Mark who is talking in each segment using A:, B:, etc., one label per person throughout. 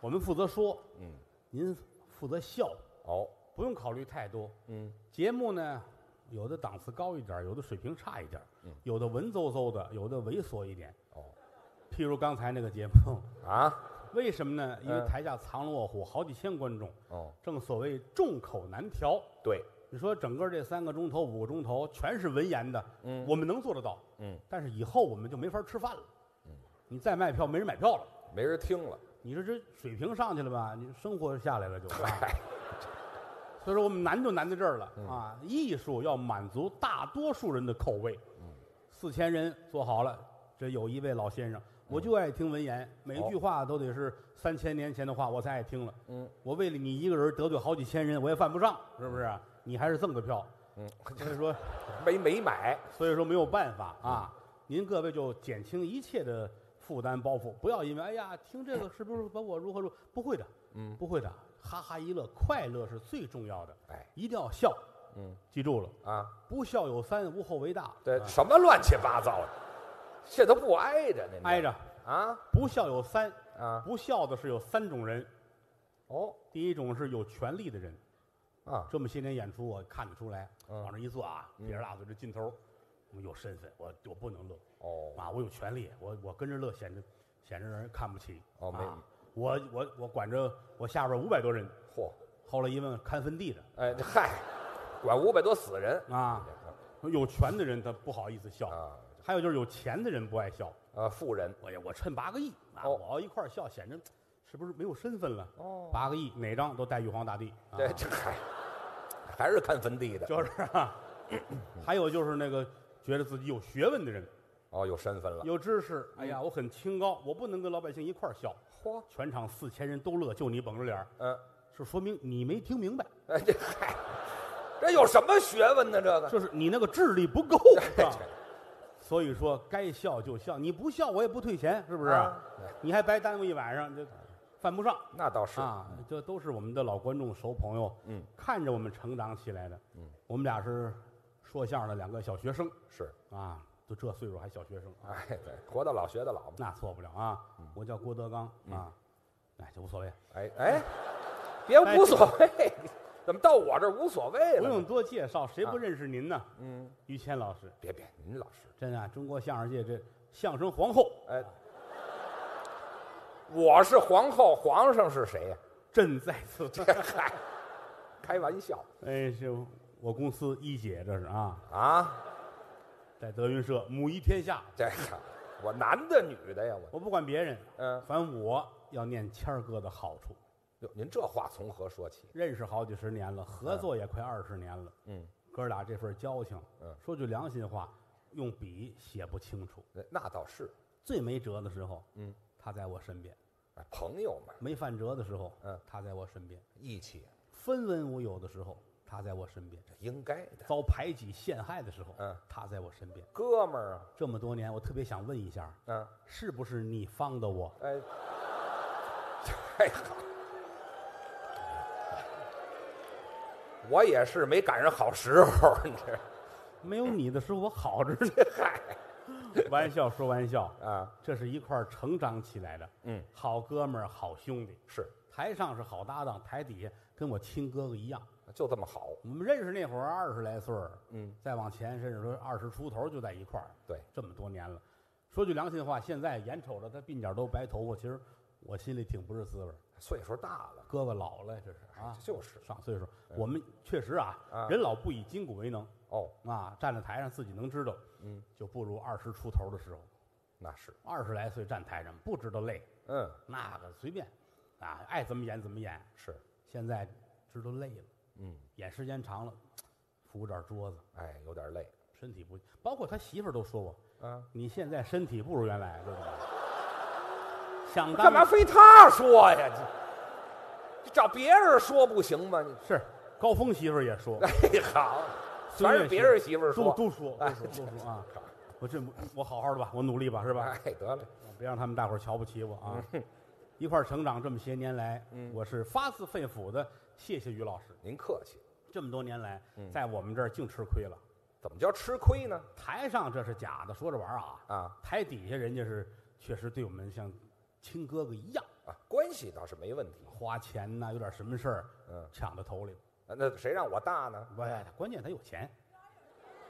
A: 我们负责说，嗯，您负责笑，
B: 哦，
A: 不用考虑太多。
B: 嗯，
A: 节目呢，有的档次高一点，有的水平差一点，有的文绉绉的，有的猥琐一点。
B: 嗯哦，
A: 譬如刚才那个节目，
B: 啊，
A: 为什么呢？因为
B: 嗯
A: 台下藏龙卧虎，好几千观众，
B: 哦，
A: 正所谓众口难调。
B: 对，
A: 你说整个这三个钟头、五个钟头全是文言的，
B: 嗯
A: 我们能做得到，
B: 嗯，
A: 但是以后我们就没法吃饭了，你再卖票没人买票了，
B: 没人听了，
A: 你说这水平上去了吧，你生活下来了就， 啊所以说我们难就难在这儿了、
B: 嗯
A: 啊！艺术要满足大多数人的口味，
B: 嗯
A: 四千人坐好了，这有一位老先
B: 嗯
A: 生，我就爱听文言，每句话都得是三千年前的话，我才爱听了。
B: 哦嗯，
A: 我为了你一个人得罪好几千人，我也犯不上，是不是？你还是赠个票，
B: 嗯，
A: 所以说。
B: 没没买，
A: 所以说没有办法啊，您各位就减轻一切的负担包袱，不要因为哎呀听这个是不是把我如何如何不会的，
B: 嗯
A: 不会的，哈哈一乐，快乐是最重要的，
B: 哎，
A: 一定要笑，
B: 嗯，
A: 记住了，
B: 啊，
A: 不孝有三，无后为大，
B: 对，
A: 啊
B: 什么乱七八糟的，这都不挨着呢，
A: 挨着
B: 啊
A: 不孝有三，
B: 啊，
A: 不孝的是有三种人，
B: 哦
A: 第一种是有权力的人，
B: 啊，
A: 这么些年演出我看得出来，
B: 嗯
A: 往这一坐啊，撇着大嘴这劲头，我有身份，我我不能乐，
B: 哦
A: 啊，我有权利，我我跟着乐显着显着让人看不起。
B: 哦没
A: 啊，我我我管着我下边五百多人，
B: 嚯，
A: 后来一问看坟地的
B: 哎嗨，管五百多死人
A: 啊，有权的人他不好意思笑，
B: 啊
A: 还有就是有钱的人不爱笑。
B: 啊，富人
A: 我呀，我趁八个亿啊，
B: 哦
A: 我要一块儿笑，显着是不是没有身份了？
B: 哦，
A: 八个亿哪张都带玉皇大帝，啊
B: 对，这还还是看坟地的，
A: 就是 啊。还有就是那个觉得自己有学问的人，
B: 哦，有身份了，
A: 有知识，哎呀，我很清高，我不能跟老百姓一块儿笑。
B: 嚯，
A: 全场四千人都乐，就你绷着脸儿
B: 嗯，
A: 是说明你没听明白，
B: 哎这嗨，这有什么学问呢？ 这个
A: 就是你那个智力不够
B: 这
A: 啊。所以说，该笑就笑，你不笑我也不退钱，是不是？
B: 啊对
A: 你还白耽误一晚上，这犯不上
B: 那倒是，
A: 啊！这都是我们的老观众、熟朋友，
B: 嗯，
A: 看着我们成长起来的。嗯，我们俩是说相声的两个小学生
B: 是，
A: 啊，就这岁数还小学生啊，
B: 哎，对，活到老学到老嘛，
A: 那错不了啊！
B: 嗯
A: 我叫郭德纲啊，哎，就无所谓，
B: 哎哎，别无所谓，怎么到我这儿无所谓
A: 哎不
B: 了
A: 用
B: 呢？
A: 多介绍，谁不
B: 啊
A: 认识您呢？
B: 嗯，
A: 于谦老师，
B: 别别，您老师，
A: 真啊，中国相声界这相声皇后
B: 哎，我是皇后，皇上是谁呀？
A: 朕在 此。
B: 嗨，开玩笑
A: 哎，是我公司一姐，这是啊，
B: 啊，
A: 在德云社母仪天下。
B: 这个我男的女的呀，我
A: 我不管别人，
B: 嗯，
A: 反正我要念谦儿哥的好处。
B: 哟，您这话从何说起？
A: 认识好几十年了，合作也快二十年了。
B: 嗯，
A: 哥俩这份交情，
B: 嗯
A: 说句良心话，用笔写不清楚。
B: 那那倒是，
A: 最没辙的时候，
B: 嗯，
A: 他在我身边；
B: 哎朋友嘛，
A: 没饭辙的时候，
B: 嗯，
A: 他在我身边；
B: 义气
A: 分文无有的时候，他在我身边；
B: 应该的，
A: 遭排挤陷害的时候，
B: 嗯，
A: 他在我身边。
B: 哥们儿啊，
A: 这么多年，我特别想问一下，
B: 嗯，
A: 是不是你放的我？
B: 哎，太好。我也是没赶上好时候，你这
A: 没有你的时候，我好着 呢。
B: 嗨
A: 玩笑说玩笑，
B: 啊，
A: 这是一块儿成长起来的。
B: 嗯，
A: 好哥们儿，好兄弟，
B: 是
A: 台上是好搭档，台底下跟我亲哥哥一样。
B: 就这么好，
A: 我们认识那会儿二十来岁儿，
B: 嗯，
A: 再往前甚至说二十出头就在一块儿，
B: 对，
A: 这么多年了。说句良心话，现在眼瞅着他鬓角都白头发，其实我心里挺不是滋味儿。
B: 岁数大了，
A: 哥哥老了，这是啊，
B: 哎这就是嗯
A: 上岁数。我们确实啊，
B: 啊
A: 人老不以筋骨为能
B: 哦，
A: 啊，站在台上自己能知道，
B: 嗯，
A: 就不如二十出头的时候。
B: 那是，
A: 二十来岁站台上不知道累，
B: 嗯，
A: 那个随便，啊，爱怎么演怎么演。
B: 是，
A: 现在知道累了，
B: 嗯，
A: 演时间长了，扶点桌子，
B: 哎，有点累，
A: 身体不，包括他媳妇儿都说我，
B: 啊，
A: 你现在身体不如原来，知道吗？想当
B: 干嘛非他说呀？你找别人说不行吗？你
A: 是高峰媳妇儿也说，
B: 哎，好，
A: 孙越
B: 全是别人媳妇儿
A: 都
B: 说，
A: 都说
B: 哎
A: 都说都说啊，我这我好好的吧，我努力吧，是吧？
B: 哎，得嘞，
A: 呃别让他们大伙儿瞧不起我
B: 嗯
A: 啊！一块儿成长这么些年来，我是发自肺腑的谢谢于老师。
B: 您客气，嗯
A: 这么多年来，在我们这儿净吃亏了。
B: 怎么叫吃亏呢？
A: 台上这是假的，说着玩儿啊，
B: 啊
A: 台底下人家是确实对我们像亲哥哥一样，
B: 啊，关系倒是没问题。
A: 花钱呐、有点什么事儿，
B: 嗯，
A: 抢到头里。
B: 啊那谁让我大呢？
A: 不，关键他有钱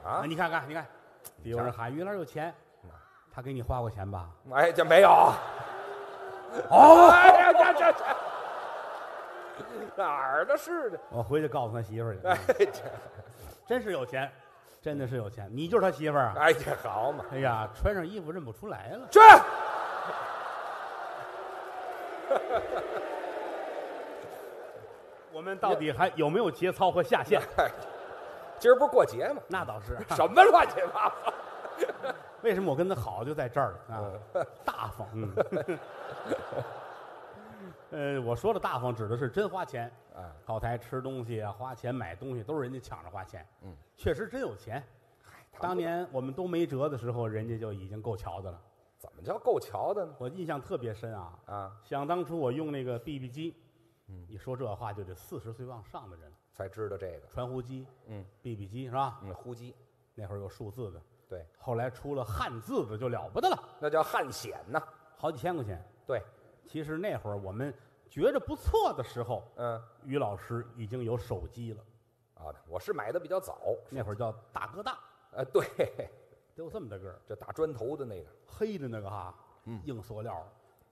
B: 啊，
A: 你看看，你看，比有人喊于老师有钱
B: 嗯，
A: 他给你花过钱吧？
B: 哎，这没有。
A: 哦，
B: 哎呀，这这这哪儿的 事呢？
A: 我回去告诉他媳妇儿
B: 哎
A: 去，
B: 这，
A: 真是有钱，真的是有钱，你就是他媳妇儿啊！
B: 哎这好嘛，
A: 哎呀，穿上衣服认不出来了。
B: 去。
A: 我们到底还有没有节操和下限？
B: 哎今儿不是过节吗？
A: 那倒是，啊
B: 什么乱七八糟！
A: 为什么我跟他好就在这儿了啊？大方，嗯， 呃，我说的大方指的是真花钱，
B: 啊，
A: 靠台吃东西啊，花钱买东西都是人家抢着花钱，
B: 嗯，
A: 确实真有钱。当年我们都没辙的时候，人家就已经够瞧的了。
B: 怎么叫够瞧的呢？
A: 我印象特别深啊，
B: 啊，
A: 想当初我用那个 BB 机，嗯，一说这话就得四十岁往上的人了，
B: 才知道这个。
A: 传呼机，
B: 嗯
A: ，BB 机是吧？
B: 嗯，呼机，
A: 那会儿有数字的，
B: 对，
A: 后来出了汉字的就了不得了，
B: 那叫汗显呐。
A: 好几千块钱。
B: 对，
A: 其实那会儿我们觉着不错的时候，
B: 嗯，
A: 于老师已经有手机了。
B: 啊，我是买的比较早。
A: 那会儿叫大哥大，
B: 呃，对，
A: 得有这么大个儿，
B: 这打砖头的那个，
A: 黑的那个哈，
B: 嗯
A: 硬塑料，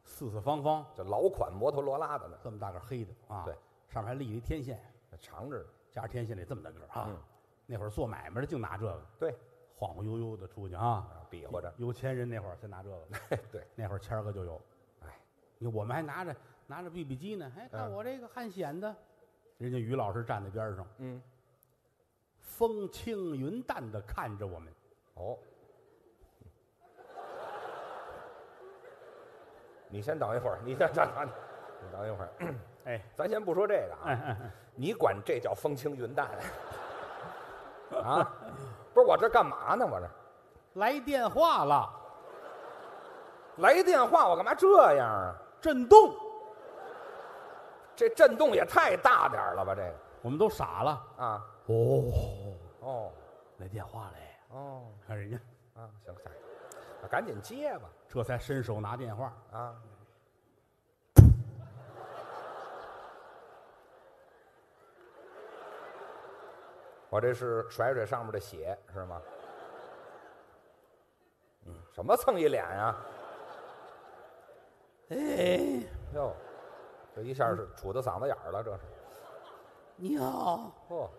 A: 四四方方，
B: 这老款摩托罗拉的呢，
A: 这么大个儿黑的啊，
B: 对，
A: 上面还立了一天线，
B: 长着呢。
A: 加上天线里这么大个儿啊
B: 嗯。
A: 那会儿做买卖的净拿这个，
B: 对，
A: 晃晃悠悠的出去啊，
B: 啊比划着。
A: 有钱人那会儿先拿这个，
B: 对，
A: 那会儿谦儿哥就有，
B: 哎，
A: 你看我们还拿着拿着 BB 机呢，哎，看
B: 嗯
A: 我这个汉显的，人家于老师站在边上，
B: 嗯，
A: 风轻云淡的看着我们，
B: 哦，你先等一会儿，你先等等，你等一会儿，
A: 哎，
B: 咱先不说这个
A: 哎
B: 啊，
A: 哎，
B: 你管这叫风轻云淡啊？不是我这干嘛呢？我这
A: 来电话了，
B: 来电话，我干嘛这样啊？
A: 震动，
B: 这震动也太大点儿了吧？这个
A: 我们都傻了，
B: 啊，
A: 哦，
B: 哦
A: 来电话嘞，
B: 哦
A: 看人家
B: 啊，行，下一个啊赶紧接吧
A: 这才伸手拿电话，
B: 啊！我这是甩甩上面的血是吗？嗯，什么蹭一脸啊呀、
A: 哎，
B: 哟，这一下是杵到嗓子眼儿了，这是。
A: 你好，
B: 哦，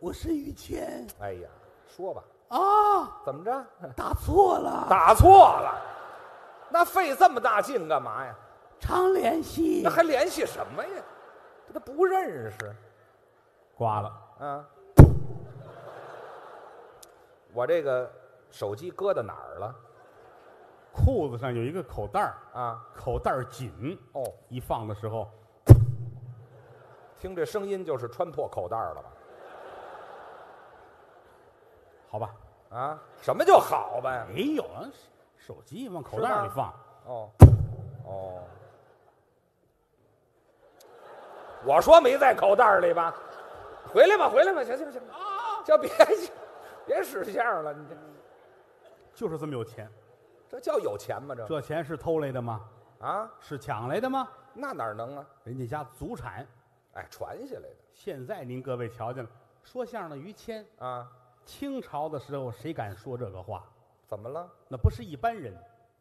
A: 我是于谦
B: 哎呀，说吧，
A: 啊，
B: 怎么着？
A: 打错了，
B: 打错了，那费这么大劲干嘛呀？
A: 常联系
B: 那还联系什么呀？这都不认识
A: 挂了，
B: 啊！我这个手机搁到哪儿了
A: 裤子上有一个口袋儿，
B: 啊？
A: 口袋儿紧，
B: 哦，
A: 一放的时候，
B: 听这声音就是穿破口袋了吧？
A: 好吧，
B: 啊，什么就好呗？
A: 没有啊，手手机往口袋里
B: 是吗
A: 放，
B: 哦，哦，我说没在口袋里吧？回来吧，回来吧，行行行，这别别使相了，你这
A: 就是这么有钱。
B: 这叫有钱吗？这
A: 这钱是偷来的吗？
B: 啊，
A: 是抢来的吗？
B: 那哪能啊？
A: 人家家祖产。
B: 哎，传下来的
A: 现在您各位瞧见了，说相声的于谦，
B: 啊，
A: 清朝的时候谁敢说这个话？
B: 怎么了？
A: 那不是一般人，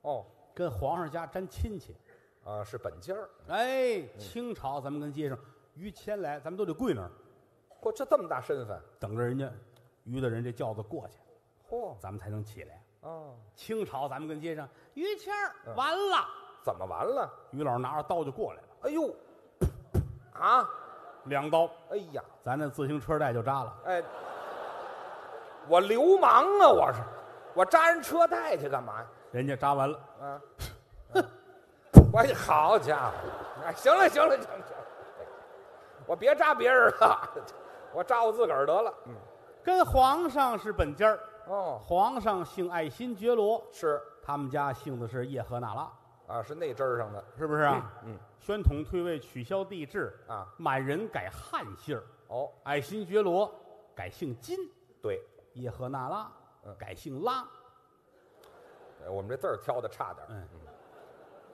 B: 哦，
A: 跟皇上家沾亲戚。
B: 啊，是本家儿。
A: 哎，清朝咱们跟街上于谦来，咱们都得跪那儿
B: 嚯，这这么大身份，
A: 等着人家于大人这轿子过去，
B: 嚯
A: 咱们才能起来。
B: 啊，
A: 清朝咱们跟街上于谦儿
B: 嗯
A: 完了，
B: 怎么完了？
A: 嗯于老师拿着刀就过来了，
B: 哎呦，啊，
A: 两刀，
B: 哎呀，
A: 咱那自行车带就扎了。
B: 哎，我流氓啊，我是，我扎人车带去干嘛呀？
A: 人家扎完了，
B: 啊，啊我好家伙，哎，行了行了行了行了，我别扎别人了，我扎我自个儿得了。嗯，
A: 跟皇上是本家儿，
B: 哦，
A: 皇上姓爱新觉罗，
B: 是
A: 他们家姓的是叶赫那拉，
B: 啊，是那针儿上的
A: 是不是啊？
B: 嗯嗯
A: 宣统退位，取消帝制，
B: 啊。
A: 满人改汉姓儿，
B: 哦，
A: 爱新觉罗改姓金，
B: 对，
A: 叶赫那拉
B: 嗯
A: 改姓拉，
B: 哎我们这字儿挑的差点儿，
A: 嗯，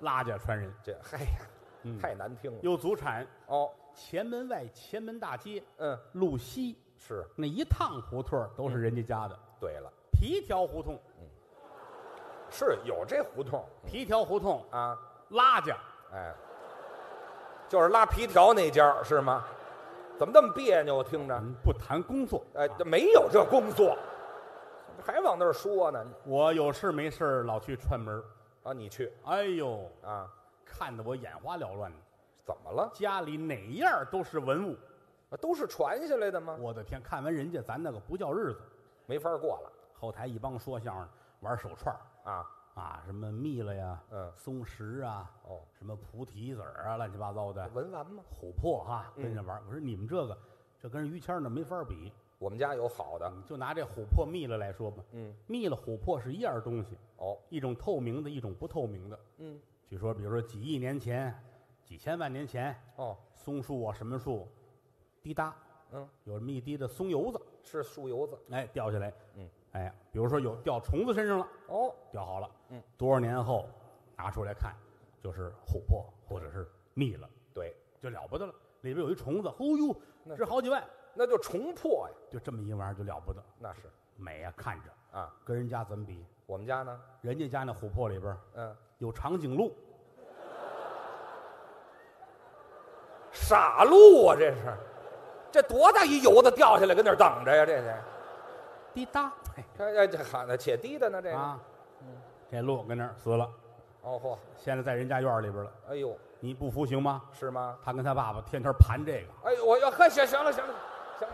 A: 拉家传人，
B: 这嗨呀
A: 嗯，
B: 太难听了。
A: 有祖产，
B: 哦，
A: 前门外、前门大街、
B: 嗯，
A: 路西
B: 是
A: 那一趟胡同儿都是人家家的，
B: 对了，
A: 皮条胡同，
B: 是有这胡同
A: 皮条胡同，
B: 啊，
A: 拉家，
B: 哎，就是拉皮条那家儿是吗？怎么那么别扭？听着，
A: 咱嗯不谈工作，
B: 哎
A: 啊，
B: 这没有这工作，还往那儿说呢？
A: 我有事没事儿老去串门儿
B: 啊，你去
A: 哎呦，
B: 啊？
A: 看得我眼花缭乱的，
B: 怎么了？
A: 家里哪样儿都是文物，
B: 啊都是传下来的吗？
A: 我的天，看完人家咱那个不叫日子，
B: 没法过了
A: 后台一帮说相声玩手串儿
B: 啊？
A: 啊，什么蜜了呀，
B: 嗯
A: 松石啊，
B: 哦，哎
A: 什么菩提子儿啊，乱七八糟的，
B: 文玩吗？
A: 琥珀哈、
B: 嗯
A: 跟着玩儿。我说你们这个，这跟于谦儿那没法比。
B: 我们家有好的，
A: 你就拿这琥珀蜜了来说吧，
B: 嗯，
A: 蜜了琥珀是一样东西，
B: 哦，
A: 一种透明的，一种不透明的。
B: 嗯，
A: 据说，比如说几亿年前、几千万年前，
B: 哦，
A: 松树啊，什么树，滴答，
B: 嗯，
A: 有这么一滴的松油子，
B: 是树油子，
A: 哎，掉下来，
B: 嗯，
A: 哎，比如说有掉虫子身上了，
B: 哦，
A: 掉好了，
B: 嗯，
A: 多少年后拿出来看，就是琥珀或者是蜜了，
B: 对，
A: 就了不得了。里边有一虫子，哦
B: 那
A: 呦，值好几万，
B: 那就重破呀，
A: 就这么一玩意儿就了不得，
B: 那是
A: 美啊，看着
B: 啊。
A: 跟人家怎么比？
B: 我们家呢，
A: 人家家那琥珀里边
B: 嗯，
A: 有长颈鹿，
B: 傻路啊，这是，这多大一油子掉下来，跟那儿等着呀？这是，
A: 滴答，
B: 这哎这喊的且低的呢，这
A: 哎
B: 个，
A: 啊，这鹿跟那儿死了，
B: 哦嚯，
A: 现在在人家院儿里边了。
B: 哎呦，
A: 你不服行吗？
B: 是吗？
A: 他跟他爸爸天天盘这个，
B: 哎呦，我要呵，行行了，行了，行了，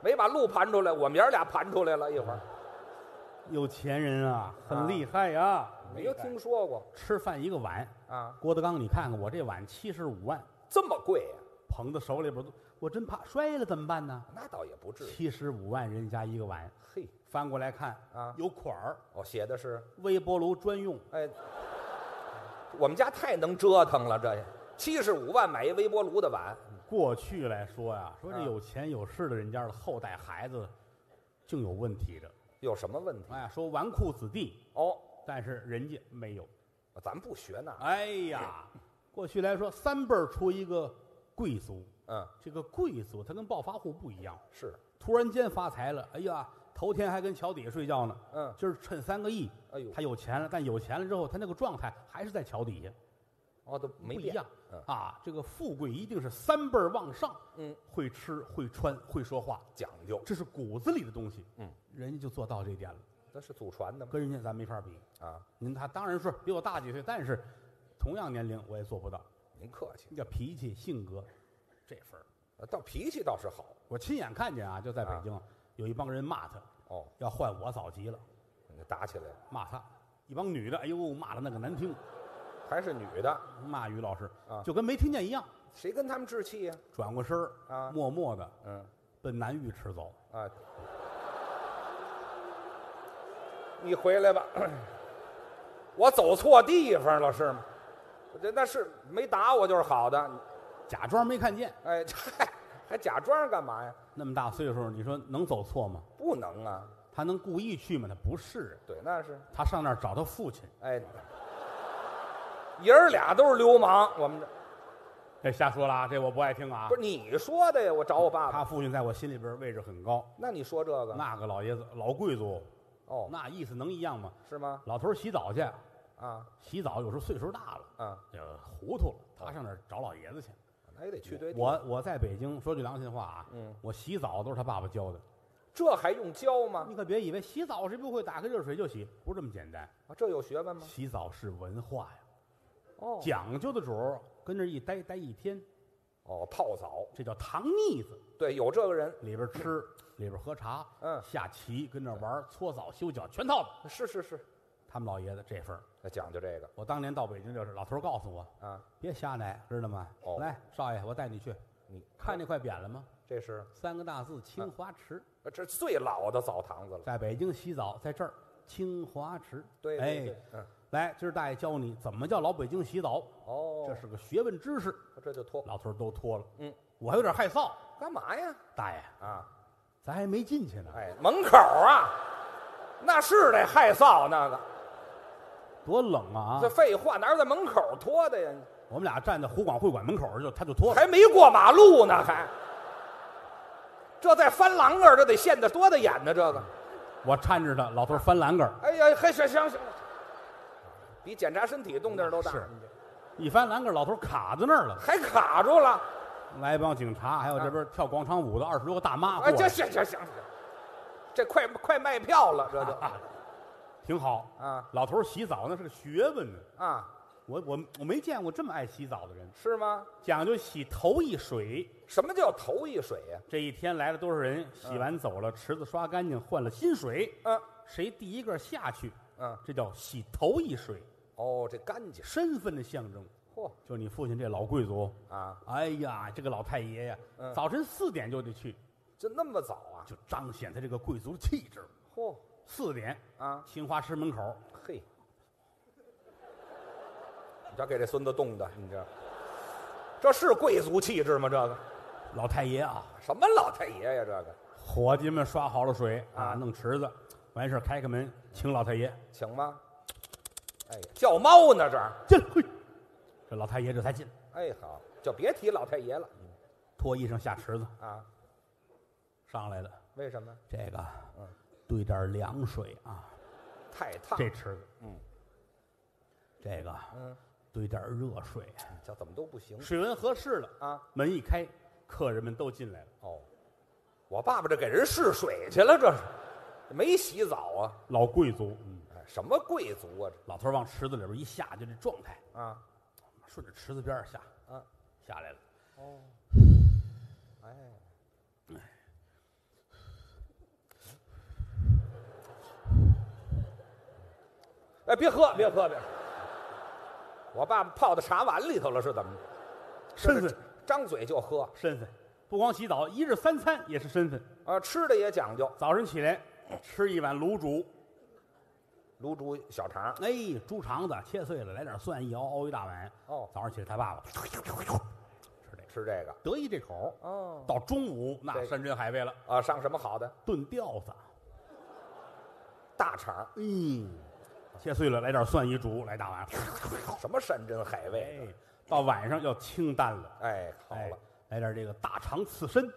B: 没把路盘出来，我们爷儿俩盘出来了一会儿，
A: 有钱人啊，很厉害呀、
B: 没有听说过
A: 吃饭一个碗，
B: 啊，
A: 郭德纲，你看看我这碗七十五万，
B: 这么贵呀、
A: 捧在手里边都，我真怕摔了怎么办呢？
B: 那倒也不至于。
A: 七十五万人家一个碗，
B: 嘿，
A: 翻过来看
B: 啊
A: 有款儿，
B: 哦，写的是，
A: 微波炉专用，
B: 哎，我们家太能折腾了，这七十五万买一微波炉的碗，
A: 过去来说呀，说这
B: 啊
A: 有钱有势的人家的后代孩子，竟有问题的。
B: 有什么问题？
A: 哎呀，说纨绔子弟，
B: 哦，
A: 但是人家没有。
B: 咱不学那，
A: 哎呀，过去来说三辈儿出一个贵族，
B: 嗯，
A: 这个贵族他跟暴发户不一样，
B: 是，
A: 突然间发财了，哎呀，头天还跟桥底下睡觉呢，
B: 嗯，
A: 今儿趁三个亿，
B: 哎呦，
A: 他有钱了，但有钱了之后，他那个状态还是在桥底下，
B: 哦，都没
A: 不一
B: 变
A: 样
B: 嗯
A: 啊。这个富贵一定是三辈儿往上，
B: 嗯，
A: 会吃会穿会说话，
B: 讲究，
A: 这是骨子里的东西。
B: 嗯，
A: 人家就做到这一点了，
B: 那是祖传的吗？
A: 跟人家咱没法比。
B: 啊，
A: 您他当然是比我大几岁，但是同样年龄我也做不到。
B: 您客气，
A: 你叫脾气性格，这份儿
B: 呃倒脾气倒是好。
A: 我亲眼看见啊，就在北京、有一帮人骂他，
B: 哦，
A: 要换我早急了，
B: 你打起来了，
A: 骂他。一帮女的，哎呦，骂的那个难听，
B: 还是女的，
A: 骂于老师
B: 啊
A: 就跟没听见一样。
B: 谁跟他们置气呀、
A: 转过身儿
B: 啊
A: 默默的
B: 嗯
A: 奔南浴池走。
B: 啊，你回来吧，我走错地方了是吗？我这那是没打我就是好的，
A: 假装没看见。
B: 哎， 这嗨还假装干嘛呀？
A: 那么大岁数，你说能走错吗？
B: 不能啊，
A: 他能故意去吗？他不是，啊
B: 对，那是，
A: 他上那儿找他父亲。
B: 哎，爷儿俩都是流氓，我们这
A: 这瞎说了啊，这我不爱听啊
B: 不。是你说的呀？我找我爸爸，
A: 他父亲在我心里边位置很高，
B: 那你说这个
A: 那个老爷子老贵族，
B: 哦，
A: 那意思能一样吗？
B: 是吗？
A: 老头儿洗澡去，
B: 啊
A: 洗澡有时候岁数大了，
B: 啊，
A: 呃，糊涂了，他上那儿找老爷子去。
B: 那也得啊去对地，
A: 我我在北京，说句良心话啊，
B: 嗯，
A: 我洗澡都是他爸爸教的。
B: 这还用教吗？
A: 你可别以为洗澡谁不会，打开热水就洗，不是这么简单。
B: 啊这有学问吗？
A: 洗澡是文化呀，
B: 哦
A: 讲究的主儿跟那儿一待待一天，
B: 哦，泡澡，
A: 这叫糖腻子。
B: 对，有这个人，
A: 里边吃，里边喝茶，
B: 嗯
A: 下棋，跟那玩儿搓澡、修脚，全套的。
B: 啊是是是，
A: 他们老爷子这份儿，
B: 那讲究这个
A: 我当年到北京就是，老头儿告诉我，
B: 啊，
A: 别瞎来，知道吗？
B: 哦
A: 来，少爷，我带你去，
B: 你
A: 看那块匾了吗？
B: 这是
A: 三个大字“清华池”
B: 呃这最老的澡堂子了，
A: 在北京洗澡，在这儿清华池。
B: 对，对
A: 哎
B: 对，嗯，
A: 来，今儿大爷教你怎么叫老北京洗澡，
B: 哦，
A: 这是个学问知识。
B: 这就脱
A: 老头儿都脱了，
B: 嗯，
A: 我还有点害臊。
B: 干嘛呀？
A: 大爷，
B: 啊，
A: 咱还没进去呢，
B: 哎，门口啊，那是得害臊那个，
A: 多冷啊
B: 这！废话哪有在门口脱的呀？
A: 我们俩站在湖广会馆门口就他就脱了，
B: 还没过马路呢，还。这再翻栏杆儿，这得现得多大眼呢？这个，
A: 我搀着他，老头翻栏杆儿，
B: 哎呀，嘿，行行行，比检查身体动静儿都大，
A: 是一翻栏杆儿，老头卡在那儿了。
B: 还卡住了。
A: 来一帮警察，还有这边跳广场舞的二十多个大妈过
B: 啊哎，这
A: 来，
B: 行行行行，这快快卖票了，这就
A: 啊挺好。
B: 啊
A: 老头洗澡那是个学问呢，
B: 啊，
A: 我我我没见过这么爱洗澡的人，
B: 是吗？
A: 讲究洗头一水。
B: 什么叫头一水呀、
A: 这一天来了多少人？洗完走了，池子刷干净，换了新水，
B: 嗯
A: 谁第一个下去，
B: 嗯，
A: 这叫洗头一水，
B: 哦，这干净，
A: 身份的象征。
B: 嚯
A: 就你父亲这老贵族，
B: 啊，
A: 哎呀，这个老太爷呀，
B: 嗯
A: 早晨四点就得去，
B: 这那么早啊？
A: 就彰显他这个贵族的气质。
B: 嚯
A: 四点，
B: 啊，
A: 清华池门口，
B: 嘿，你这给这孙子冻的，你这这是贵族气质吗？这个
A: 老太爷啊，
B: 什么老太爷呀？这个，
A: 伙计们刷好了水啊，
B: 啊
A: 弄池子，完事儿开开门，请老太爷
B: 请吗？哎，叫猫呢这儿，
A: 进来。嘿这老太爷这才进，
B: 哎好，就别提老太爷了
A: 脱衣裳下池子
B: 啊？
A: 上来了。
B: 为什么？
A: 这个，兑点凉水啊，
B: 太烫，
A: 这池子，
B: 嗯，
A: 这个
B: 嗯，
A: 兑点热水，
B: 这怎么都不行
A: 嗯水温合适了，
B: 啊？
A: 门一开，客人们都进来了。
B: 哦，我爸爸这给人试水去了，这是没洗澡啊？
A: 老贵族，嗯，
B: 哎，什么贵族啊？
A: 老头儿往池子里边一下，就这状态，
B: 这啊
A: 顺着池子边儿下
B: 啊，
A: 下来了，
B: 哦，哎，哎，别喝，别喝，别喝！我爸爸泡到茶碗里头了，是怎么着？
A: 身
B: 这是
A: 份
B: 张嘴就喝
A: 身份，不光洗澡，一日三餐也是身份。
B: 啊，吃的也讲究，
A: 早晨起来吃一碗卤煮，
B: 卤煮小肠，
A: 哎，猪肠子切碎了，来点蒜一熬，熬一大碗。
B: 哦
A: 早上起来他爸爸吃这个，
B: 吃这个
A: 得意这口。
B: 哦
A: 到中午那
B: 对
A: 山珍海味了，
B: 啊，上什么好的
A: 炖吊子，
B: 大肠？
A: 嗯，切碎了来点蒜一煮，来大碗。
B: 什么山珍海味？
A: 哎，到晚上要清淡了，
B: 哎，好
A: 哎
B: 了，，
A: 来点这个大肠刺身，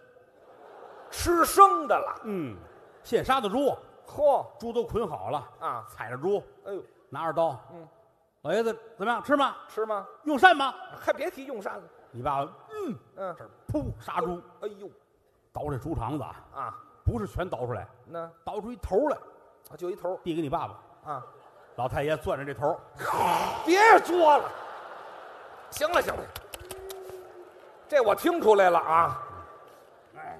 B: 吃生的了。
A: 嗯，现杀的猪，
B: 嚯，
A: 猪都捆好了
B: 啊
A: 踩着猪，
B: 哎呦，
A: 拿着刀，
B: 嗯，
A: 老爷子怎么样？吃吗？
B: 吃吗？
A: 用膳吗？
B: 还别提用膳了。
A: 你爸爸，嗯，
B: 嗯
A: 这，儿噗杀猪，
B: 哎呦
A: 倒这猪肠子啊，
B: 啊，
A: 不是全倒出来，
B: 那啊
A: 倒出一头来，
B: 就一头
A: 递给你爸爸。
B: 啊，
A: 老太爷攥着这头，
B: 别作了。行了行了，这我听出来了啊。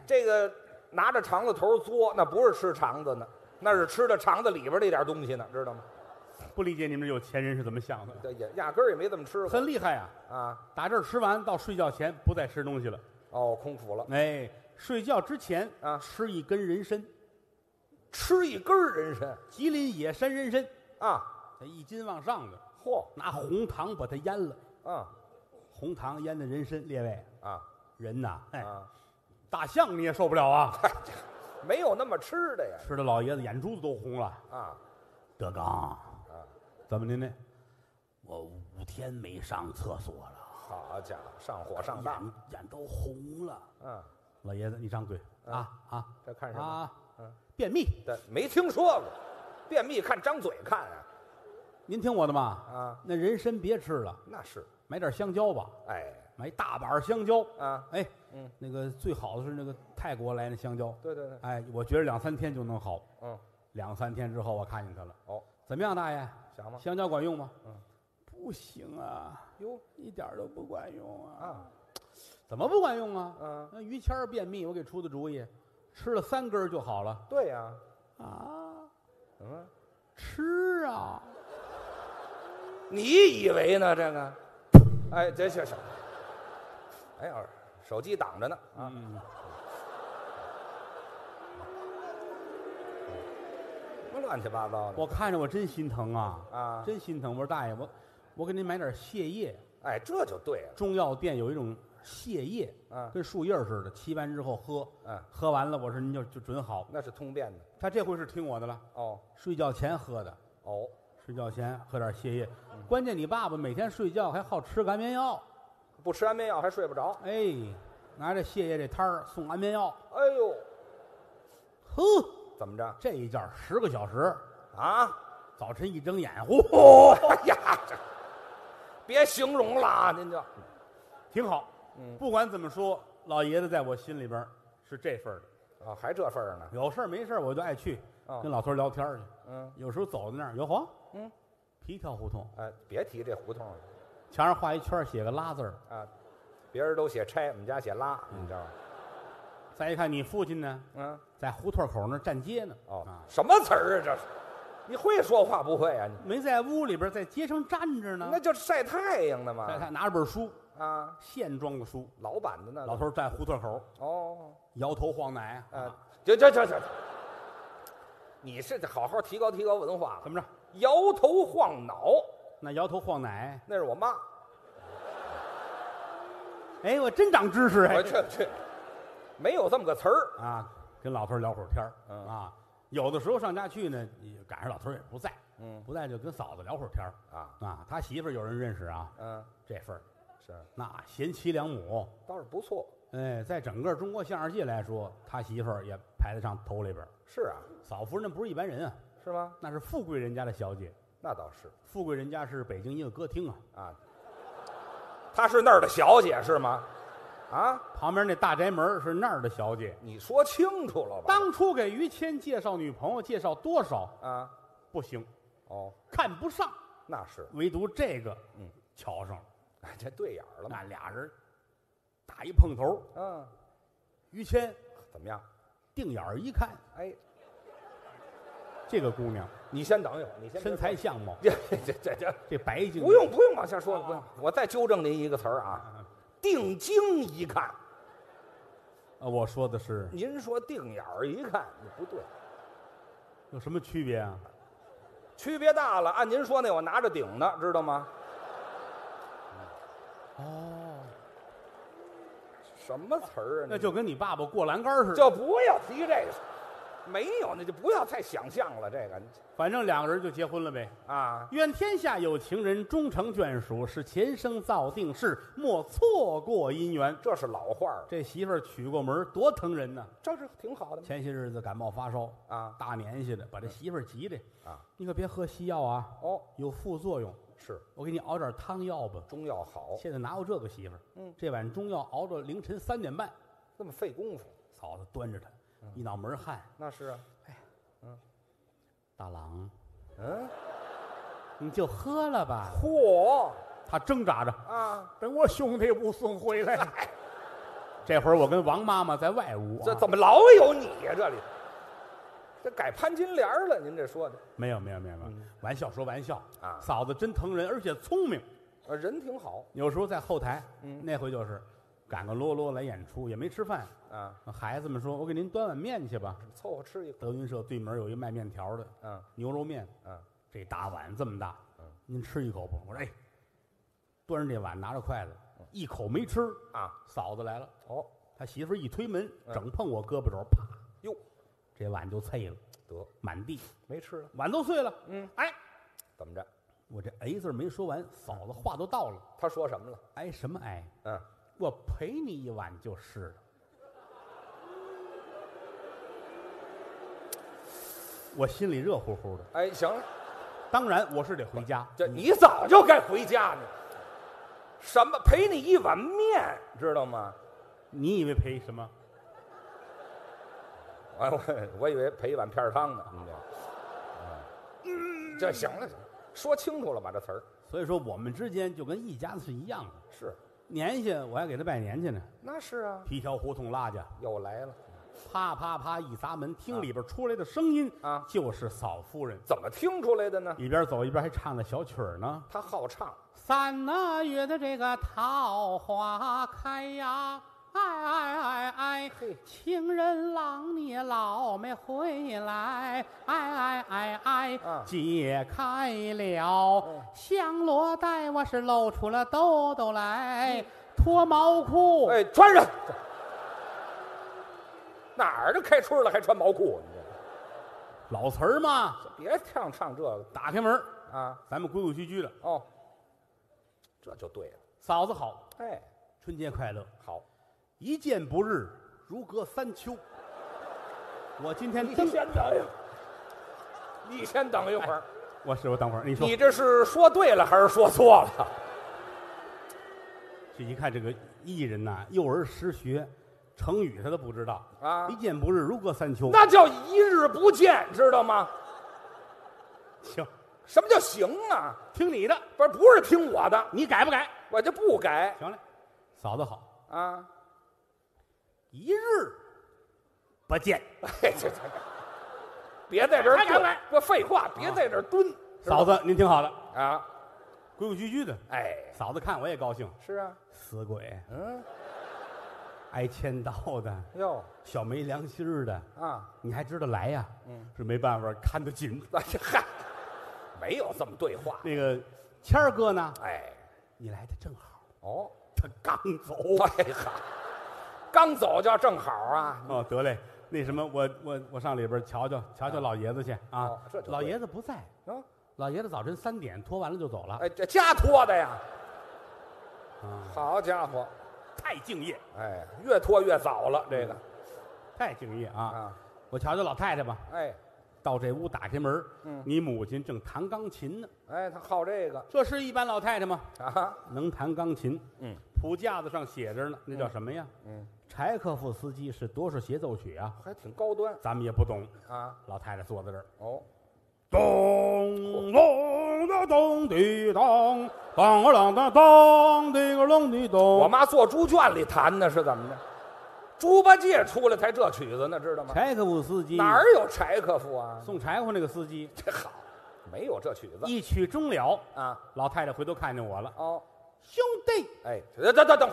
B: 这个拿着肠子头嘬，那不是吃肠子呢，那是吃的肠子里边那点东西呢，知道吗？
A: 不理解你们这有钱人是怎么想的，
B: 这也压根儿也没怎么吃过
A: 很厉害呀、
B: 啊。
A: 打这儿吃完到睡觉前不再吃东西了，
B: 哦，空腹了，
A: 哎，睡觉之前
B: 啊
A: 吃一根人参，
B: 吃一根儿人参
A: 吉林野山人参，
B: 啊，
A: 它一斤往上的，
B: 嚯
A: 拿红糖把它腌了，
B: 啊
A: 红糖腌的人参，列位
B: 啊
A: 人呐，哎，
B: 啊！
A: 大象你也受不了啊，
B: 没有那么吃的呀
A: 吃的老爷子眼珠子都红了。
B: 啊！
A: 德刚，怎么您呢？啊我五天没上厕所了，
B: 好家伙，上火上当！
A: 眼眼都红了。
B: 嗯，
A: 老爷子，你张嘴啊啊
B: 这嗯看什么？
A: 啊
B: 嗯！
A: 便秘，
B: 这没听说过，便秘看张嘴看啊
A: 您听我的嘛。
B: 啊，
A: 那人参别吃了，
B: 那是
A: 买点香蕉吧，
B: 哎
A: 买一大把香蕉。
B: 啊，
A: 哎，
B: 嗯，
A: 那个最好的是那个泰国来的香蕉。
B: 对对对，
A: 哎，我觉得两三天就能好。
B: 嗯，
A: 两三天之后我看见他了。
B: 哦，
A: 怎么样，大爷？
B: 想吗？
A: 香蕉管用吗？
B: 嗯，
A: 不行啊，
B: 哟
A: 一点儿都不管用啊。
B: 啊，
A: 怎么不管用啊？
B: 嗯，
A: 那于谦儿便秘，我给出的主意，吃了三根儿就好了
B: 对呀，
A: 啊，
B: 嗯，
A: 吃啊！
B: 你以为呢？这个，哎，这行行，哎呀，手机挡着呢，
A: 嗯，
B: 什么乱七八糟的
A: 我看着我真心疼啊，
B: 啊？
A: 真心疼。我说大爷，我我给您买点儿泻叶，
B: 哎，这就对了，
A: 中药店有一种泻叶，
B: 嗯
A: 跟树叶似的，沏完之后喝，
B: 嗯，
A: 喝完了，我说您就就准好。
B: 那是通便的。
A: 他这回是听我的了，
B: 哦
A: 睡觉前喝的，
B: 哦，
A: 睡觉前喝点泻叶。
B: 嗯
A: 关键你爸爸每天睡觉还好吃个安眠药，
B: 不吃安眠药还睡不着。
A: 哎，拿着泻叶这摊儿送安眠药，
B: 哎呦，
A: 呵，
B: 怎么着
A: 这一觉十个小时，
B: 啊？
A: 早晨一睁眼，呼，
B: 哦呀，这别形容了啊，您就
A: 挺好。
B: 嗯
A: 不管怎么说，老爷子在我心里边儿是这份儿的。
B: 啊，还这份儿呢？
A: 有事儿没事儿我就爱去
B: 哦
A: 跟老头儿聊天儿去。
B: 嗯，
A: 有时候走到那儿，哟呵，
B: 嗯，
A: 皮条胡同，
B: 哎，别提这胡同了
A: 墙上画一圈儿，写个拉字儿。
B: 啊，别人都写拆，我们家写拉，你知道吗？
A: 再一看，你父亲呢，
B: 嗯，
A: 在胡同口那儿站街呢。
B: 哦
A: 啊，，
B: 什么词儿啊这是？你会说话不会啊？你
A: 没在屋里边儿，在街上站着呢
B: 那。就是啊晒太阳的嘛
A: 在。他拿着本书，
B: 啊，
A: 线装的书。
B: 老板的那
A: 老头儿站胡同口儿，
B: 哦，
A: 摇头晃脑。
B: 呃
A: 啊，，
B: 这这这这，你是得好好提高提高文化
A: 怎
B: 了。
A: 么着？
B: 摇头晃脑，
A: 那摇头晃脑，
B: 那是我妈。
A: 哎，我真长知识哎
B: 我。去去，没有这么个词儿。
A: 啊，跟老头儿聊会儿天儿、
B: 嗯
A: 啊。有的时候上家去呢，也赶上老头儿也不在，
B: 嗯
A: 不在就跟嫂子聊会儿天儿
B: 啊，
A: 啊。他媳妇儿有人认识啊，
B: 嗯，
A: 这份儿
B: 是，
A: 那贤妻良母，
B: 倒是不错。
A: 哎，在整个中国相声界来说，他媳妇儿也排得上头里边儿。
B: 是啊，
A: 嫂夫人那不是一般人啊，
B: 是吗？
A: 那是富贵人家的小姐，
B: 那倒是
A: 富贵人家是北京一个歌厅啊，
B: 啊。她是那儿的小姐是吗？啊，
A: 旁边那大宅门儿是那儿的小姐。
B: 你说清楚了吧？
A: 当初给于谦介绍女朋友，介绍多少
B: 啊，
A: 不行，
B: 哦，
A: 看不上，
B: 那是，
A: 唯独这个，
B: 嗯，
A: 瞧上了。
B: 哎， 这对眼儿了嘛？
A: 那俩人打一碰头，
B: 嗯，
A: 于谦
B: 怎么样？
A: 定眼儿一看，
B: 哎，
A: 这个姑娘
B: 你先等一会儿，你先
A: 身材相貌，
B: 别说， 这这这这。
A: 这白净
B: 不用不用往下说了，
A: 啊
B: 不用。我再纠正您一个词儿啊，
A: 啊，
B: 定睛一看，
A: 呃我说的是
B: 您说定眼儿一看，不对，
A: 有什么区别啊？
B: 区别大了。按您说那，我拿着顶呢，知道吗？
A: 哦，
B: 什么词儿啊？
A: 那就跟你爸爸过栏杆儿似的，
B: 就不要提这个，没有，那就不要再想象了。这个
A: 反正两个人就结婚了呗。
B: 啊，
A: 愿天下有情人终成眷属，是前生造定事，莫错过姻缘。
B: 这是老话儿，
A: 这媳妇儿娶过门儿，多疼人呐！
B: 这是挺好的嘛
A: 前些日子感冒发烧，
B: 啊。
A: 大年纪的，把这媳妇儿急的
B: 啊！
A: 你可别喝西药啊，
B: 哦，
A: 有副作用。
B: 是
A: 我给你熬点汤药吧。
B: 中药好，
A: 现在哪有这个媳妇儿？
B: 嗯，
A: 这碗中药熬到凌晨三点半，
B: 那么费功夫，
A: 嫂子端着她，一脑门汗。
B: 那是啊，
A: 大郎，
B: 嗯，
A: 你就喝了吧。
B: 嚯
A: 他挣扎着，
B: 啊，
A: 等我兄弟不送回来。 这会儿我跟王妈妈在外屋、啊，
B: 这怎么老有你呀、这里，这改潘金莲儿了，您这说的。
A: 没有没有没有没有，玩笑说玩笑
B: 嗯啊
A: 嫂子真疼人，而且聪明。
B: 呃，人挺好
A: 有时候在后台，
B: 嗯
A: 那回就是赶个啰啰来演出，也没吃饭。
B: 啊，
A: 孩子们说：“我给您端碗面去吧。
B: 凑合吃一”口。
A: 德云社对门有一卖面条的，
B: 嗯
A: 牛肉面，
B: 嗯，
A: 这大碗这么大
B: 嗯，
A: 您吃一口不？我说哎，端着这碗拿着筷子，
B: 嗯
A: 一口没吃。
B: 啊，
A: 嫂子来了，
B: 哦，
A: 他媳妇儿一推门，
B: 嗯
A: 整碰我胳膊肘，啪，
B: 哟，
A: 这碗就碎了，
B: 得
A: 满地，
B: 没吃了，
A: 碗都碎了。
B: 嗯，
A: 哎，
B: 怎么着？
A: 我这哎字儿没说完，嫂子话都到了，
B: 他说什么了？
A: 哎什么哎？
B: 嗯，
A: 我陪你一碗就是了。我心里热乎乎的，
B: 哎，行了，
A: 当然我是得回家。
B: 这你早就该回家呢。什么赔你一碗面，知道吗？
A: 你以为陪什么？
B: 我 我我以为赔一碗片儿汤呢。你这，这行了，行了说清楚了吧？这词儿
A: 所以说我们之间就跟一家子是一样的。
B: 是，
A: 年下我还给他拜年去呢，
B: 那是啊，
A: 皮条胡同拉去，
B: 又来了，
A: 啪啪啪一砸门，听里边出来的声音
B: 啊
A: 就是嫂夫人，
B: 怎么听出来的呢？
A: 一边走一边还唱着小曲儿呢。
B: 他好唱，
A: 三那月的这个桃花开呀，哎哎哎哎
B: 嘿，
A: 情人郎你老没回来，哎哎哎哎，
B: 啊
A: 解开了，香罗带我是露出了兜兜来。脱毛裤，
B: 哎，穿上。哪儿就开春了还穿毛裤？啊你这
A: 老词儿嘛。
B: 别唱唱这个
A: 打开门儿，
B: 啊！
A: 咱们规规矩矩的。
B: 哦，这就对了。
A: 嫂子好，
B: 哎，
A: 春节快乐，
B: 好，
A: 一见不日，如隔三秋。我今天登，
B: 等一会儿，你先等一会儿。
A: 我是我等会儿你说
B: 你，这是说对了还是说错了？
A: 这一看这个艺人呐，幼儿识学，成语他都不知道
B: 啊
A: 一见不日，如隔三秋。
B: 那叫一日不见，知道吗？
A: 行，
B: 什么叫行啊？
A: 听你的，
B: 不是不是听我的，
A: 你改不改？
B: 我就不改
A: 行嘞，嫂子好，
B: 啊！
A: 一日不见，
B: 哎，这这，别在这儿
A: 还敢
B: 蹲
A: 来，啊
B: 不废话，别在这儿蹲，知道
A: 嫂
B: 吗
A: 子您挺好的，
B: 啊！
A: 规规矩矩的。
B: 哎，
A: 嫂子看我也高兴，
B: 是啊，
A: 死鬼，
B: 嗯，
A: 挨千刀的，
B: 哟
A: 小没良心儿的，
B: 啊，
A: 你还知道来呀？嗯，是没办法看得紧。
B: 哎呀嗨，没有这么对话。
A: 那个谦儿哥呢？
B: 哎，
A: 你来的正好，
B: 哦，
A: 他刚走。
B: 哎呀，刚走就正好啊，
A: 哦，得嘞，那什么，我我我上里边瞧瞧瞧瞧老爷子去啊
B: 哦这就。对
A: 老爷子不在，
B: 嗯，
A: 老爷子早晨三点脱完了就走了，
B: 哎，这家拖的呀，
A: 啊，
B: 好家伙，
A: 太敬业，
B: 哎，越拖越早了，这个
A: 太敬业啊！
B: 啊，
A: 我瞧瞧老太太吧，
B: 哎
A: 到这屋打开门，
B: 嗯
A: 你母亲正弹钢琴呢。
B: 哎，他好这个
A: 这是一般老太太吗？
B: 啊，
A: 能弹钢琴，
B: 嗯，
A: 谱架子上写着呢，那叫什么呀？
B: 嗯，
A: 柴可夫斯基是多少协奏曲啊？
B: 还挺高端
A: 咱们也不懂。
B: 啊，
A: 老太太坐在这儿，
B: 哦，
A: 咚咚的咚滴咚，当个啷当当滴个啷滴
B: 我
A: 咚。
B: 妈做猪圈里弹的是怎么着？猪八戒出来才这曲子呢，知道吗？
A: 柴可夫斯基
B: 哪儿有柴可夫啊？
A: 送柴火那个司机，
B: 这好，没有这曲子
A: 一曲终了，
B: 啊，
A: 老太太回头看见我了，
B: 哦。
A: 兄弟，
B: 哎，等等等等，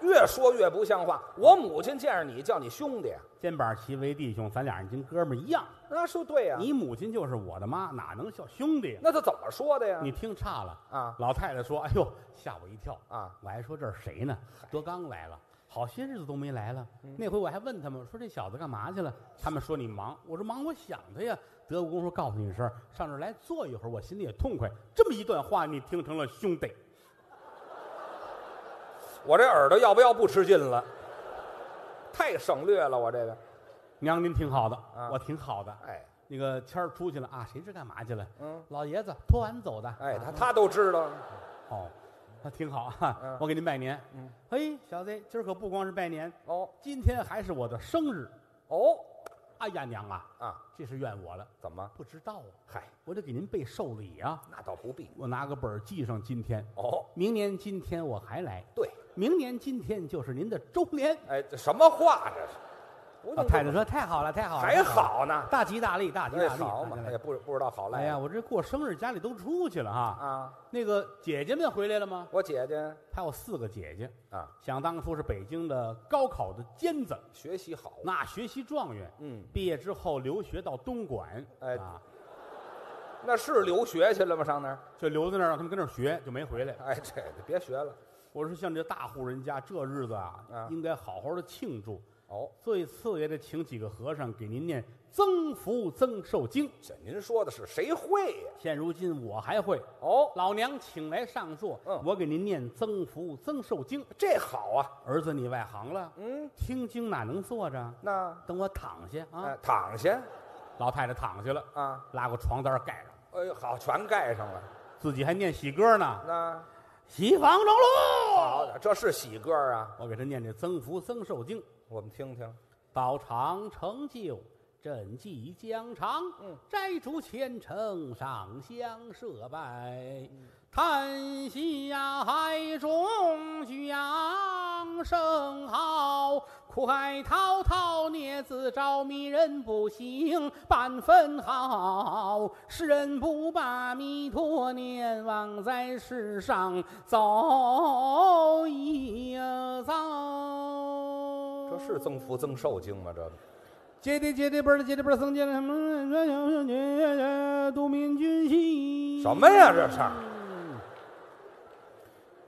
B: 越说越不像话。我母亲见着你叫你兄弟，啊
A: 肩膀齐为弟兄，咱俩人跟哥们儿一样。
B: 那是对呀、
A: 你母亲就是我的妈，哪能叫兄弟？啊
B: 那她怎么说的呀？
A: 你听差了
B: 啊
A: 老太太说：“哎呦，吓我一跳
B: 啊！
A: 我还说这是谁呢？德刚来了，好些日子都没来了。
B: 嗯
A: 那回我还问他们说这小子干嘛去了？他们说你忙，我说忙，我想他呀。德国公说告诉你一声，上这儿来坐一会儿，我心里也痛快。这么一段话，你听成了兄弟，
B: 我这耳朵要不要不吃劲了？太省略了，我这个。
A: 娘您挺好的，
B: 啊
A: 我挺好的。
B: 哎
A: 那个谦儿出去了啊，谁知干嘛去了？
B: 嗯，
A: 老爷子拖完走的。
B: 哎，
A: 啊
B: 他他都知道。
A: 哦，那挺好啊
B: 嗯。
A: 我给您拜年。
B: 嗯，
A: 嘿，小子，今儿可不光是拜年，
B: 哦
A: 今天还是我的生日。
B: 哦
A: 哎呀，娘啊，
B: 啊，
A: 这是怨我了，
B: 怎么？
A: 不知道啊，
B: 嗨，
A: 我得给您备寿礼啊。
B: 那倒不必。
A: 我拿个本儿记上今天，
B: 哦，
A: 明年今天我还来，
B: 对，
A: 明年今天就是您的周年。
B: 哎，这什么话这是？不
A: 老
B: 用
A: 啊太太说：“太好了，太好了，
B: 还好呢，
A: 大吉大利，大吉
B: 那
A: 大利。
B: 好
A: 大
B: 嘛
A: 吉，大
B: 也
A: 利”
B: 不不知道好赖。
A: 哎呀，我这过生日家里都出去了哈。
B: 啊，
A: 那个姐姐们回来了吗？
B: 我姐姐
A: 她有四个姐姐，
B: 啊，
A: 想当初是北京的高考的尖子，
B: 学习好。
A: 那学习状元，
B: 嗯，
A: 毕业之后留学到东莞，
B: 哎
A: 啊，
B: 那是留学去了吗？上那儿？
A: 就留在那儿，让他们跟那儿学，就没回来。
B: 哎，这个别学了。
A: 我说像这大户人家，这日子啊，
B: 啊
A: 应该好好的庆祝，
B: 哦，
A: 最次也得请几个和尚给您念《增福增寿经》。
B: 这您说的是谁会呀、
A: 现如今我还会，
B: 哦，
A: 老娘请来上座，
B: 嗯
A: 我给您念《增福增寿经》。
B: 这好啊。
A: 儿子，你外行了，
B: 嗯，
A: 听经哪能坐着？
B: 那、
A: 等我躺下啊！
B: 哎躺下
A: 老太太躺下了，
B: 啊。
A: 拉过床单盖上，
B: 哎呦，好，全盖上了。
A: 自己还念喜歌呢。
B: 那
A: 喜房中
B: 好
A: 路，
B: 点，这是喜歌啊，
A: 我给他念这《增福增寿经》。
B: 我们听听。
A: 保长成就，赈济疆场，
B: 嗯
A: 摘除前程，上香设拜，叹息啊呀，海中响声号，苦海滔滔，孽子招迷人不行半分好，世人不把弥陀念，枉在世上走一遭。
B: 这是增福增寿经吗？这个
A: 接的接的辈儿的接的辈儿僧接的什么这小小姐杜敏君兮
B: 什么呀这是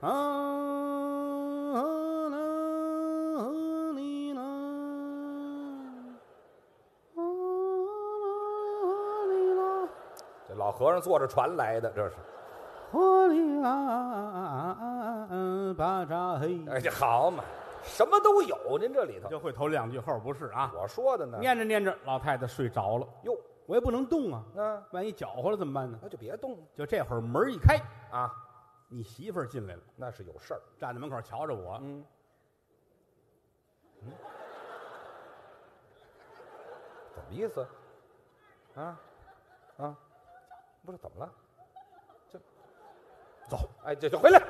A: 嗯啊
B: 和尚坐着船来的，这是。
A: 火里啊，巴扎嘿，
B: 哎，这好嘛，什么都有，您这里头。
A: 就会头两句后不是啊？
B: 我说的呢。
A: 念着念着，老太太睡着了，
B: 哟，
A: 我也不能动啊，
B: 那
A: 万一搅和了怎么办呢？
B: 那就别动了
A: 就这会儿门一开，
B: 啊，
A: 你媳妇儿进来了，
B: 那是有事儿。
A: 站在门口瞧着我，
B: 嗯，怎么意思？啊啊，不是怎么了？
A: 走，
B: 哎，这就回来，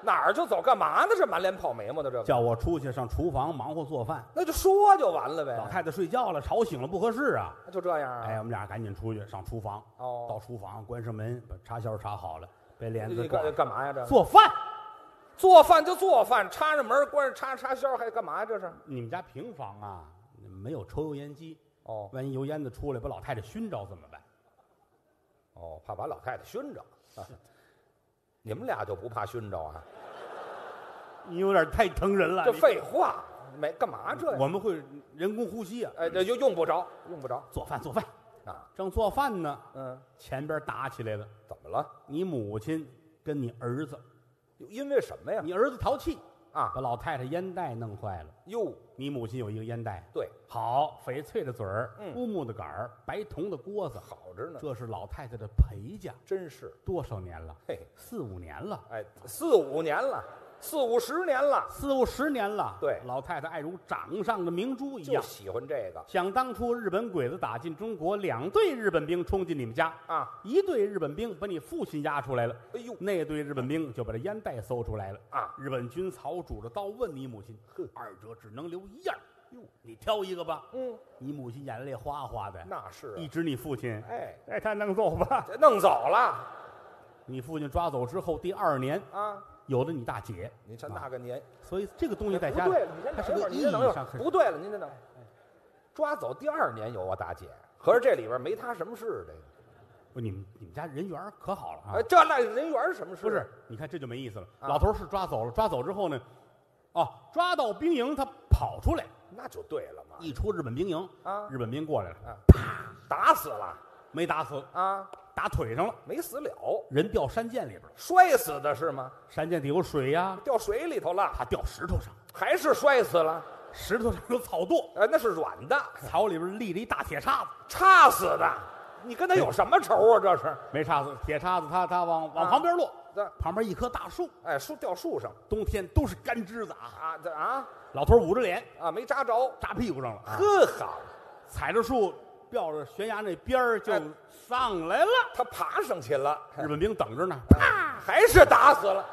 B: 哪儿就走？干嘛呢？这满脸跑眉毛的这个，
A: 叫我出去上厨房忙活做饭。
B: 那就说就完了
A: 老
B: 呗。
A: 太太睡觉了，吵醒了不合适啊。
B: 那就这样啊。
A: 哎，我们俩赶紧出去上厨房，
B: 哦
A: 到厨房关上门，把插销插好了，被帘子
B: 你
A: 挂
B: 干。干嘛呀？这
A: 做饭，
B: 做饭就做饭，插上门，关上插插销，还干嘛呀？这是？
A: 你们家平房啊，没有抽油烟机，
B: 哦
A: 万一油烟子出来把老太太熏着怎么办？
B: 哦，怕把老太太熏着。啊你们俩就不怕熏着啊？
A: 你有点太疼人了。
B: 这
A: 你
B: 废话，没干嘛这呀？
A: 我们会人工呼吸啊。
B: 哎，这就用不着，用不着
A: 做饭做饭，
B: 啊。
A: 正做饭呢，
B: 嗯，
A: 前边打起来了。
B: 怎么了？
A: 你母亲跟你儿子，
B: 因为什么呀？
A: 你儿子淘气，
B: 啊
A: 把，老太太烟袋弄坏了。
B: 哟，
A: 你母亲有一个烟袋，
B: 对，
A: 好翡翠的嘴儿，
B: 嗯
A: 乌木的杆儿，白铜的锅子，
B: 好着呢，
A: 这是老太太的陪嫁，
B: 真是。
A: 多少年了？
B: 嘿，
A: 四五年了，
B: 哎，四五年了，四五十年了，
A: 四五十年了。
B: 对
A: 老太太爱如掌上的明珠一
B: 就
A: 样。
B: 喜欢这个
A: 想当初，日本鬼子打进中国，两队日本兵冲进你们家，
B: 啊。
A: 一队日本兵把你父亲押出来了，
B: 哎呦，
A: 那队日本兵就把这烟袋搜出来了
B: 啊！
A: 日本军曹拄着刀问你母亲
B: 呵：“
A: 二者只能留一样，哟，你挑一个吧。”
B: 嗯，
A: 你母亲眼泪哗哗的，
B: 那是啊
A: 一指你父亲，
B: 哎，
A: 哎，他弄走吧。
B: 这弄走了
A: 你父亲抓走之后，第二年
B: 啊。
A: 有了你大姐，
B: 您这那个年，
A: 所以这个东西在
B: 哎不
A: 家里
B: 对了，你先
A: 它是哎个意
B: 等一会儿，您
A: 义
B: 先等一会
A: 上
B: 儿，
A: 很
B: 不对了，您先等会儿。抓走第二年有我大姐，合着这里边没她什么事，这个
A: 不你们你们家人缘儿可好了啊
B: 哎，！这那人缘是什么事？
A: 不是，你看这就没意思了。
B: 啊
A: 老头儿是抓走了，抓走之后呢，哦，抓到兵营他跑出来，
B: 那就对了嘛。
A: 一出日本兵营，
B: 啊
A: 日本兵过来了，
B: 啊，打死了
A: 没打死，
B: 啊，
A: 打腿上了，
B: 没死了，
A: 人掉山涧里边了，
B: 摔死的是吗？
A: 山涧底有水呀、
B: 掉水里头了，
A: 他掉石头上，
B: 还是摔死了？
A: 石头上有草垛，
B: 呃，那是软的，
A: 草里边立着一大铁叉子。
B: 插死的。你跟他有什么仇啊？这是，
A: 没叉子，铁叉子它它往往
B: 啊
A: 旁边落，
B: 这
A: 旁边一棵大树，
B: 哎，树掉树上
A: 冬天都是干枝子啊。
B: 啊，这啊
A: 老头捂着脸，
B: 啊，没扎着，
A: 扎屁股上了，啊
B: 呵好，
A: 踩着树，吊着悬崖那边儿就
B: 哎
A: 上来了。
B: 他爬上去了，
A: 日本兵等着呢，
B: 还是打死了。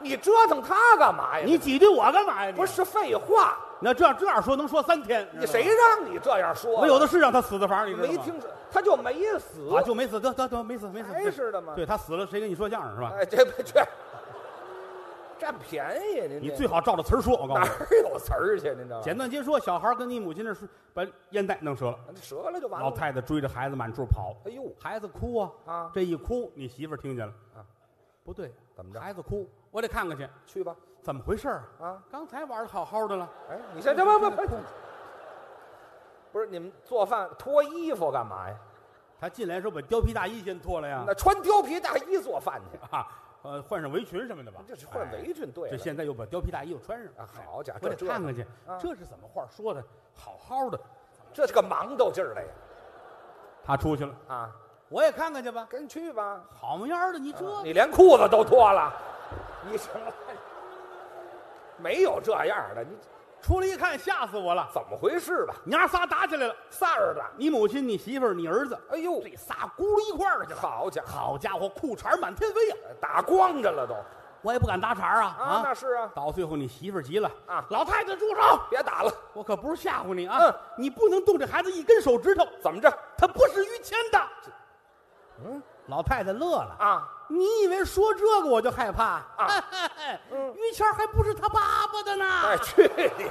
B: 你折腾他干嘛呀？
A: 你挤兑我干嘛呀？你
B: 不，是废话，
A: 那这样这样说能说三天，
B: 你
A: 知道吗
B: 谁？让你这样说？
A: 我有的是让他死的法儿，你知道吗
B: 没听说，他就没死
A: 啊，就没死，得得得，没死没死，
B: 还是的吗
A: 对他死了，谁跟你说相声是吧？
B: 哎，这不这占便宜您这？
A: 你最好照着词儿说，我告
B: 哪
A: 诉你，
B: 儿有词儿去？您知道吗？
A: 简短截说，小孩儿跟你母亲那说，把烟袋弄折了，
B: 折了就完了。
A: 老太太追着孩子满处跑，
B: 哎呦，
A: 孩子哭啊
B: 啊
A: 这一哭，你媳妇儿听见了
B: 啊，
A: 不对，
B: 怎么着
A: 孩子哭，我得看看去，
B: 去吧，
A: 怎么回事儿啊？
B: 啊，
A: 刚才玩的好好的了，
B: 哎，你这这不不不，不是你们做饭脱衣服干嘛呀？
A: 他进来的时候把貂皮大衣先脱了呀
B: 那，穿貂皮大衣做饭去，
A: 啊，呃，换上围裙什么的吧，
B: 这是换
A: 哎
B: 围裙对
A: 这
B: 了。
A: 现在又把貂皮大衣又穿上
B: 啊，好家伙，
A: 我
B: 这
A: 得看看去
B: 啊，
A: 这是怎么话说的？好好的，
B: 这是个忙叨劲儿来呀！
A: 他出去了，
B: 啊，
A: 我也看看去吧。
B: 跟去吧，
A: 好模样的，你这
B: 啊你连裤子都脱了，你什么？没有这样的，你
A: 出来一看，吓死我了！
B: 怎么回事吧？
A: 娘仨打起来了，
B: 三儿的，
A: 你母亲、你媳妇儿、你儿子，
B: 哎呦，
A: 这仨咕噜一块儿去了。
B: 好家伙，
A: 好家伙，裤衩满天飞呀、
B: 打光着了都
A: 我也不敢搭茬啊
B: 啊！那是啊，
A: 到最后，你媳妇儿急了
B: 啊
A: 老太太住手！
B: 别打了，
A: 我可不是吓唬你啊，
B: 嗯
A: 你不能动这孩子一根手指头，
B: 怎么着？
A: 他不是于谦的。
B: 嗯
A: 老太太乐了，
B: 啊，
A: 你以为说这个我就害怕？
B: 啊
A: 于谦还不是他爸爸的呢。
B: 哎哎，去你的！